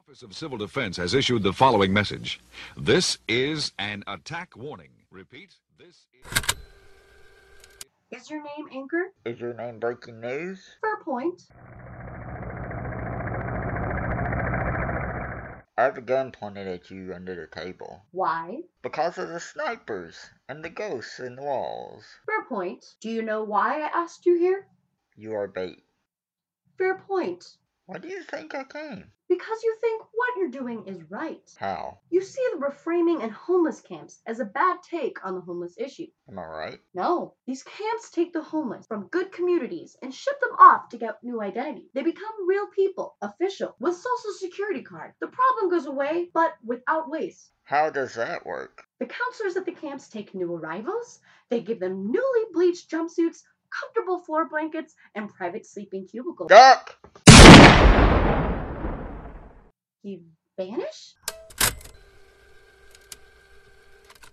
Office of Civil Defense has issued the following message. This is an attack warning. Repeat, this is. Is your name Anchor? Is your name Breaking News? Fair point. I have a gun pointed at you under the table. Why? Because of the snipers and the ghosts in the walls. Fair point. Do you know why I asked you here? You are bait. Fair point. Why do you think I came? Because you think what you're doing is right. How? You see the reframing in homeless camps as a bad take on the homeless issue. Am I right? No, these camps take the homeless from good communities and ship them off to get new identity. They become real people, official, with social security card. The problem goes away, but without waste. How does that work? The counselors at the camps take new arrivals. They give them newly bleached jumpsuits, comfortable floor blankets, and private sleeping cubicles. Duck! You vanish?